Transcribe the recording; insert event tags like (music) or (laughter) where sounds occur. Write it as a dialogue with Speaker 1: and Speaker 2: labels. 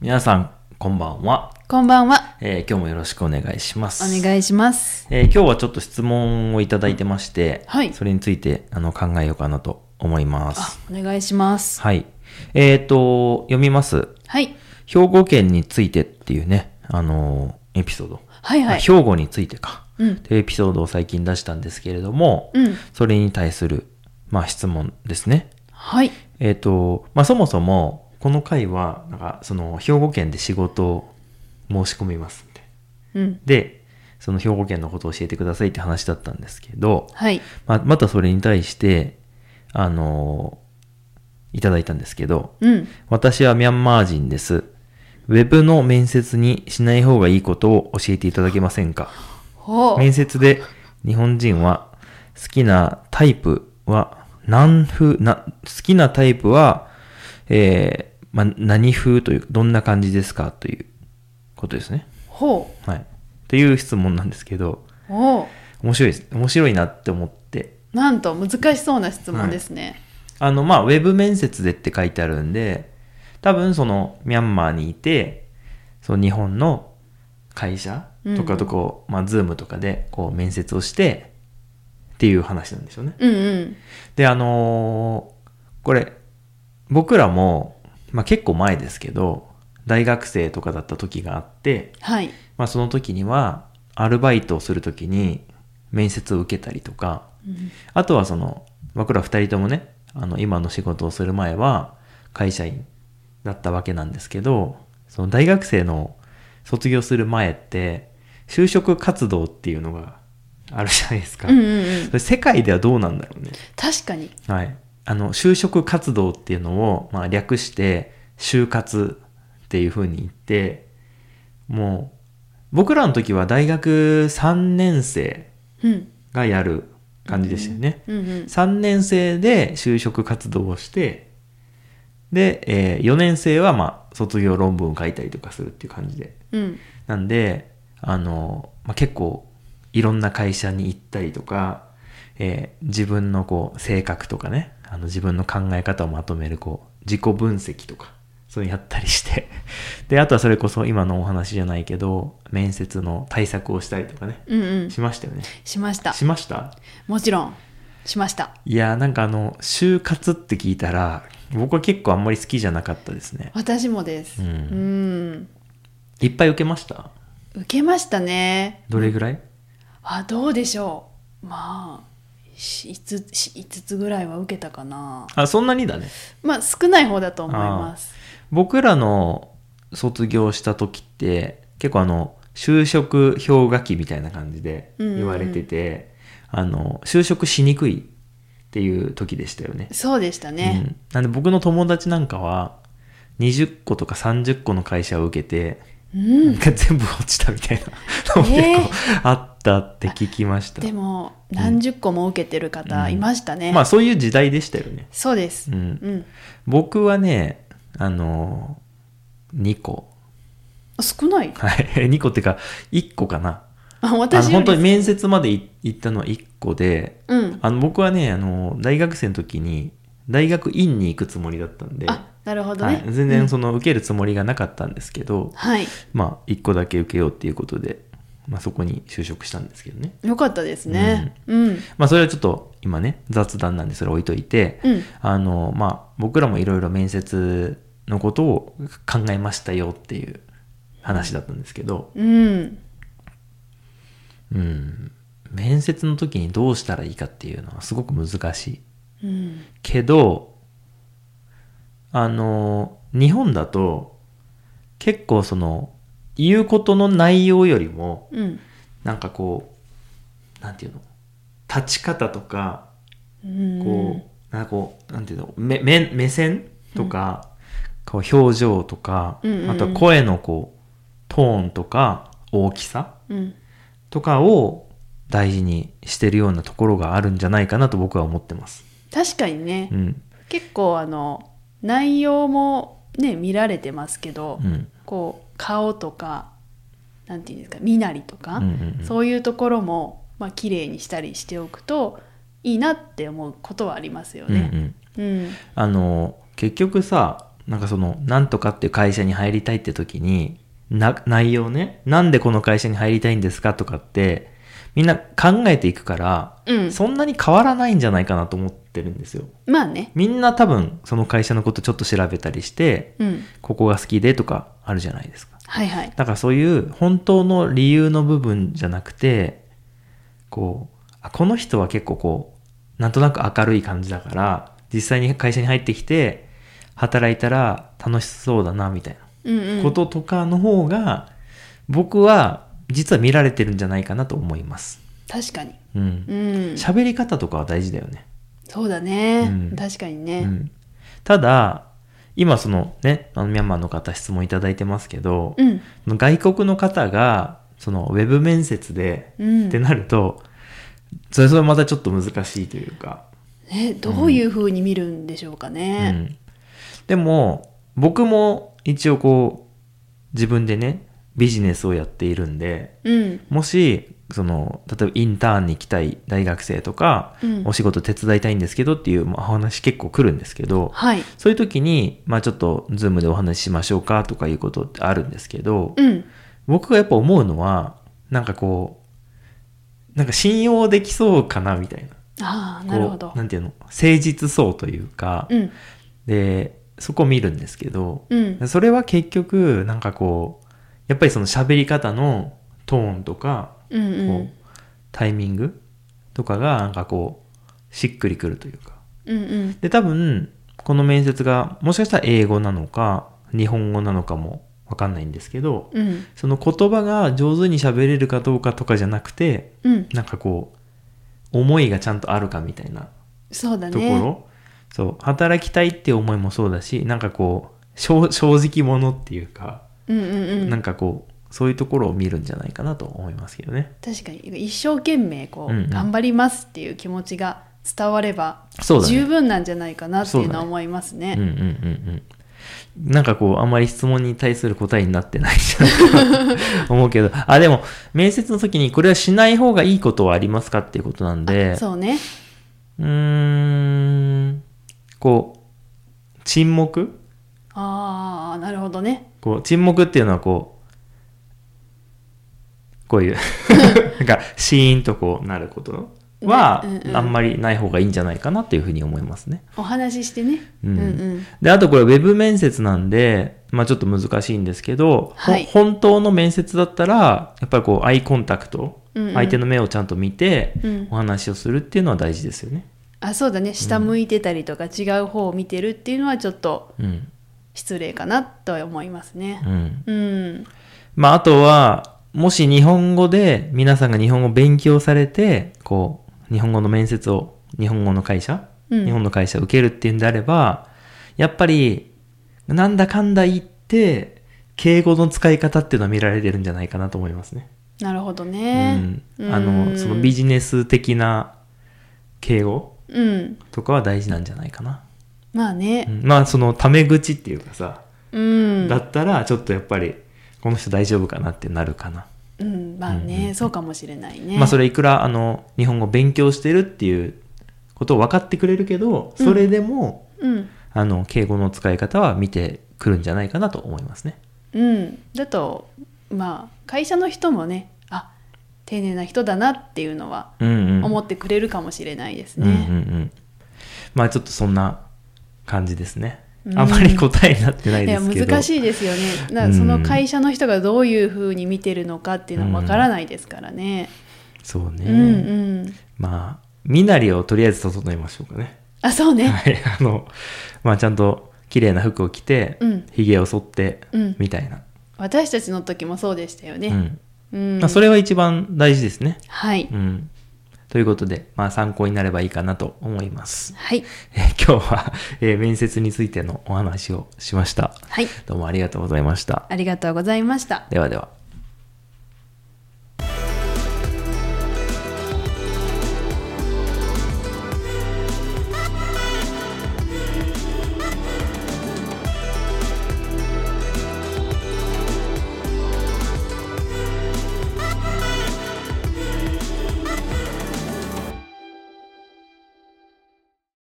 Speaker 1: 皆さん、こんばんは。
Speaker 2: こんばんは。
Speaker 1: えー今日もよろしくお願いします。
Speaker 2: お願いします。
Speaker 1: えー今日はちょっと質問をいただいてまして、
Speaker 2: はい
Speaker 1: それについてあの考えようかなと思いま
Speaker 2: あ
Speaker 1: す。、
Speaker 2: お願いします。
Speaker 1: はい。えっ、と、読みます。
Speaker 2: はい。
Speaker 1: 兵庫県についてっていうね、あのーエピソード。
Speaker 2: はいは
Speaker 1: あ
Speaker 2: い。
Speaker 1: 兵庫についてか。
Speaker 2: うん
Speaker 1: というエピソードを最近出したんですけれども、
Speaker 2: うん
Speaker 1: それに対する、まあ、質問ですね。
Speaker 2: はい。
Speaker 1: えっ、と、まあ、そもそも、この回は、なんか、その、兵庫県で仕事を申し込みますって。
Speaker 2: うん。
Speaker 1: で、その兵庫県のことを教えてくださいって話だったんですけど、
Speaker 2: はい。
Speaker 1: まあ、またそれに対して、あのいただいたんですけど、
Speaker 2: うん。
Speaker 1: 私はミャンマー人です。ウェブの面接にしない方がいいことを教えていただけませんか
Speaker 2: ほう。
Speaker 1: 面接で日本人は好きなタイプは何風な好きなタイプは、えーまあ、何風というどんな感じですかということですね。
Speaker 2: ほ
Speaker 1: はい。という質問なんですけど
Speaker 2: う。ほ
Speaker 1: 面白いです面白いなって思って
Speaker 2: う。なんと難しそうな質問ですね。
Speaker 1: あのまあウェブ面接でって書いてあるんで多分そのミャンマーにいてその日本の会社とかとこう、まあ、ズームとかでこう面接をしてっていう話なんですよね。
Speaker 2: うんうん。
Speaker 1: で、あのーこれ、僕らも、まあ、結構前ですけど、大学生とかだった時があって、
Speaker 2: はい。
Speaker 1: まあ、その時には、アルバイトをする時に面接を受けたりとか、
Speaker 2: うん
Speaker 1: あとはその、僕ら二人ともね、あの、今の仕事をする前は、会社員だったわけなんですけど、その大学生の卒業する前って、就職活動っていうのがあるじゃないですか。
Speaker 2: うんうんうん
Speaker 1: そ。れ世界ではどうなんだろうね。
Speaker 2: 確かに。
Speaker 1: はい。あの、就職活動っていうのを、まあ、略して、就活っていう風に言って、もう、僕らの時は大学3年生
Speaker 2: うん。
Speaker 1: がやる感じでしたよね。
Speaker 2: うんうん。
Speaker 1: 3年生で就職活動をして、で、え4年生は、まあ、卒業論文を書いたりとかするっていう感じで。
Speaker 2: うん。
Speaker 1: なんで、あの、まあ、結構、いろんな会社に行ったりとか、えー自分のこう、性格とかね、あの自分の考え方をまとめるこう、自己分析とか、そういうのやったりして。 (laughs) で、あとはそれこそ今のお話じゃないけど、面接の対策をしたりとかね、
Speaker 2: うんうん。
Speaker 1: しましたよね。
Speaker 2: しました。
Speaker 1: しました
Speaker 2: もちろん。しました。
Speaker 1: いやーなんかあの、就活って聞いたら、僕は結構あんまり好きじゃなかったですね。
Speaker 2: 私もです。
Speaker 1: う
Speaker 2: うんん。
Speaker 1: いっぱい受けました
Speaker 2: 受けましたね。
Speaker 1: どれぐらい、
Speaker 2: あ、どうでしょう。まあ。し5つし5つぐらいは受けたかな
Speaker 1: あ、そんなにだね。
Speaker 2: まあ少ない方だと思います
Speaker 1: 僕らの卒業した時って結構あの就職氷河期みたいな感じで
Speaker 2: うんうん
Speaker 1: 言われてて、あの就職しにくいっていう時でしたよね。
Speaker 2: そうでしたね、
Speaker 1: うん、なんで僕の友達なんかは20個とか30個の会社を受けて、
Speaker 2: うん
Speaker 1: なんか全部落ちたみたいな (laughs) のも結
Speaker 2: えー
Speaker 1: 構あったって聞きました。
Speaker 2: でも何十個も受けてる方いましたね、
Speaker 1: まあそういう時代でしたよね。
Speaker 2: そうです
Speaker 1: う、
Speaker 2: うんん
Speaker 1: 僕はね、あの2個。
Speaker 2: 少ない
Speaker 1: はい。2個っていうか、1個かな。
Speaker 2: あ
Speaker 1: あの
Speaker 2: 私よ
Speaker 1: 本
Speaker 2: り
Speaker 1: 当に面接までい行ったのは1個で、
Speaker 2: うん
Speaker 1: あの僕はね、あの、大学生の時に、大学院に行くつもりだったんで、
Speaker 2: あなるほど
Speaker 1: は
Speaker 2: ね、
Speaker 1: い、全然その受けるつもりがなかったんですけど、
Speaker 2: はい
Speaker 1: まあ、1個だけ受けようっていうことで、まあそこに就職したんですけどね。
Speaker 2: よかったですねうんうん、
Speaker 1: まあそれはちょっと今ね、雑談なんでそれ置いといて、あの、まあ僕らもいろいろ面接のことを考えましたよっていう話だったんですけど、
Speaker 2: うん
Speaker 1: うん、面接の時にどうしたらいいかっていうのはすごく難しい
Speaker 2: うん
Speaker 1: けどあの日本だと結構その言うことの内容よりも
Speaker 2: うん
Speaker 1: なんかこうなんていうの立ち方とか
Speaker 2: うん
Speaker 1: こうなんかこうなんていうの目目目線とか、こう表情とか、
Speaker 2: うんうんうん
Speaker 1: あとは声のこうトーンとか大きさ
Speaker 2: うん
Speaker 1: とかを大事にしてるようなところがあるんじゃないかなと僕は思ってます。
Speaker 2: 確かにね、
Speaker 1: うん。
Speaker 2: 結構あの内容もね見られてますけど、
Speaker 1: うん。
Speaker 2: こう顔とかなんていうんですか身なりとか、
Speaker 1: うんうんうん
Speaker 2: そういうところもまあ綺麗にしたりしておくといいなって思うことはありますよ
Speaker 1: うんう
Speaker 2: ね。
Speaker 1: ん。
Speaker 2: うん、
Speaker 1: あの、結局さ、なんかその、なんとかっていう会社に入りたいって時に、な、内容ね、なんでこの会社に入りたいんですかとかって、みんな考えていくから、
Speaker 2: うん
Speaker 1: そんなに変わらないんじゃないかなと思ってるんですよ。
Speaker 2: まあね
Speaker 1: みんな多分、その会社のことちょっと調べたりして、
Speaker 2: うん
Speaker 1: ここが好きでとかあるじゃないですか。
Speaker 2: はいはい
Speaker 1: だからそういう本当の理由の部分じゃなくて、こう、あこの人は結構こう、なんとなく明るい感じだから、実際に会社に入ってきて、働いたら楽しそうだな、みたい
Speaker 2: うんうん
Speaker 1: なこととかの方が、僕は実は見られてるんじゃないかなと思います。
Speaker 2: 確かに
Speaker 1: うん
Speaker 2: う。ん
Speaker 1: 喋り方とかは大事だよね。
Speaker 2: そうだね、
Speaker 1: うん
Speaker 2: 確かに
Speaker 1: う
Speaker 2: ね
Speaker 1: ん。ただ、今そのね、あのミャンマーの方質問いただいてますけど、
Speaker 2: うん
Speaker 1: 外国の方が、そのウェブ面接で、
Speaker 2: うん
Speaker 1: ってなると、それそれまたちょっと難しいというか。
Speaker 2: ねどういうふうに見るんでしょうか
Speaker 1: う
Speaker 2: ね
Speaker 1: んでも、僕も一応こう、自分でね、ビジネスをやっているんで、
Speaker 2: うん
Speaker 1: もし、その、例えばインターンに行きたい大学生とか、
Speaker 2: うん
Speaker 1: お仕事手伝いたいんですけどっていうまあお話結構来るんですけど、
Speaker 2: はい
Speaker 1: そういう時に、まあちょっと、ズームでお話ししましょうかとかいうことってあるんですけど、
Speaker 2: うん
Speaker 1: 僕がやっぱ思うのはなんかこうなんか信用できそうかなみたいな
Speaker 2: ああ
Speaker 1: こう
Speaker 2: なるほど
Speaker 1: なんていうの誠実そうというか、
Speaker 2: うん
Speaker 1: でそこ見るんですけど、
Speaker 2: うん
Speaker 1: それは結局なんかこうやっぱりその喋り方のトーンとか
Speaker 2: うん
Speaker 1: こう、
Speaker 2: うん
Speaker 1: タイミングとかがなんかこうしっくりくるというか
Speaker 2: うんうん
Speaker 1: で多分この面接がもしかしたら英語なのか日本語なのかもわかんないんですけど、
Speaker 2: うん
Speaker 1: その言葉が上手に喋れるかどうかとかじゃなくて、
Speaker 2: うん
Speaker 1: なんかこう、思いがちゃんとあるかみたいな
Speaker 2: そうだ
Speaker 1: ところ、
Speaker 2: ね
Speaker 1: そう、働きたいって思いもそうだし、なんかこう、正正直者っていうか、
Speaker 2: うんうんうん
Speaker 1: なんかこう、そういうところを見るんじゃないかなと思いますけどね。
Speaker 2: 確かに一生懸命こう、
Speaker 1: うんうん
Speaker 2: 頑張りますっていう気持ちが伝われば
Speaker 1: そうだね
Speaker 2: 十分なんじゃないかなっていう
Speaker 1: そ
Speaker 2: のは
Speaker 1: うだね
Speaker 2: 思いますね。
Speaker 1: うんうんうんうん。なんかこう、あんまり質問に対する答えになってないんじゃないかと思うけど、あ、でも、面接の時にこれはしない方がいいことはありますかっていうことなんで、
Speaker 2: そうね。
Speaker 1: うーん、こう、沈黙
Speaker 2: ああなるほどね。
Speaker 1: こう、沈黙っていうのはこう、こう
Speaker 2: (laughs)
Speaker 1: いう、なんか、シーンとこうなることは
Speaker 2: ねうん、うん
Speaker 1: あんまりない方がいいんじゃないかなっていうふうに思いますね。
Speaker 2: お話ししてね。
Speaker 1: う
Speaker 2: うんん、うん、
Speaker 1: で、あとこれ、ウェブ面接なんで、まあちょっと難しいんですけど、ほ
Speaker 2: はい
Speaker 1: 本当の面接だったら、やっぱりこう、アイコンタクト、
Speaker 2: うんうん
Speaker 1: 相手の目をちゃんと見て
Speaker 2: うん、
Speaker 1: お話をするっていうのは大事ですよね。
Speaker 2: あそうだね下向いてたりとか違う方を見てるっていうのはちょっと
Speaker 1: うん。
Speaker 2: 失礼かなとは思いますね
Speaker 1: う。ん。
Speaker 2: うん、
Speaker 1: まあ、あとは、もし日本語で、皆さんが日本語を勉強されて、こう、日本語の面接を、日本語の会社、
Speaker 2: うん
Speaker 1: 日本の会社を受けるっていうんであれば、やっぱり、なんだかんだ言って、敬語の使い方っていうのは見られてるんじゃないかなと思いますね。
Speaker 2: なるほどね。
Speaker 1: うん。あの、そのビ
Speaker 2: ジ
Speaker 1: ジネス的な敬語
Speaker 2: うん
Speaker 1: とかは大事なんじゃないかな。
Speaker 2: まあ
Speaker 1: う
Speaker 2: ね。
Speaker 1: んまあ、その、タメ口っていうかさ、
Speaker 2: うん、
Speaker 1: だったら、ちょっとやっぱり、この人大丈夫かなってなるかな。
Speaker 2: うん、まあね、そうかもしれないね。
Speaker 1: まあそれいくらあの日本語勉強してるっていうことを分かってくれるけどそれでも、
Speaker 2: うん
Speaker 1: あの敬語の使い方は見てくるんじゃないかなと思いますね。
Speaker 2: うん、だとまあ会社の人もねあ丁寧な人だなっていうのは
Speaker 1: うんうん、
Speaker 2: 思ってくれるかもしれないです
Speaker 1: うんうんう
Speaker 2: ね。
Speaker 1: んまあちょっとそんな感じですね
Speaker 2: う。ん
Speaker 1: あまり答えになってない
Speaker 2: い
Speaker 1: で
Speaker 2: や
Speaker 1: すけど。
Speaker 2: 難
Speaker 1: い。
Speaker 2: しいですよね。
Speaker 1: う
Speaker 2: なんその会社の人がどういうふうに見てるのかっていうのはわからないですからね。
Speaker 1: そうね。
Speaker 2: うんうん。
Speaker 1: まあ身なりをとりあえず整えましょうか
Speaker 2: (laughs)
Speaker 1: ね。
Speaker 2: あそうね。
Speaker 1: はい。あの、まあちゃんと綺麗な服を着て、
Speaker 2: うん
Speaker 1: 髭を剃って、
Speaker 2: うん
Speaker 1: みたいな。
Speaker 2: 私たちの時もそうでしたよ
Speaker 1: う
Speaker 2: ね。
Speaker 1: ん。
Speaker 2: うん
Speaker 1: まあ、それは一番大事ですね。
Speaker 2: はい、
Speaker 1: うん。ということで、まあ参考になればいいかなと思います。 (laughs)
Speaker 2: はい
Speaker 1: えー今日は、えー面接についてのお話をしました。
Speaker 2: はい
Speaker 1: どうもありがとうございました。
Speaker 2: ありがとうございました。
Speaker 1: ではでは。